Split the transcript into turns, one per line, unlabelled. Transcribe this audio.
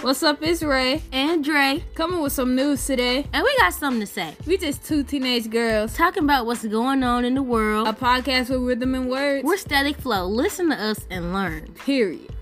What's up, it's Ray.
and Dre,
Coming with some news today.
and we got something to say.
We just two teenage girls.
Talking about what's going on in the world.
A podcast with rhythm and words.
We're Static Flow. Listen to us and learn.
period.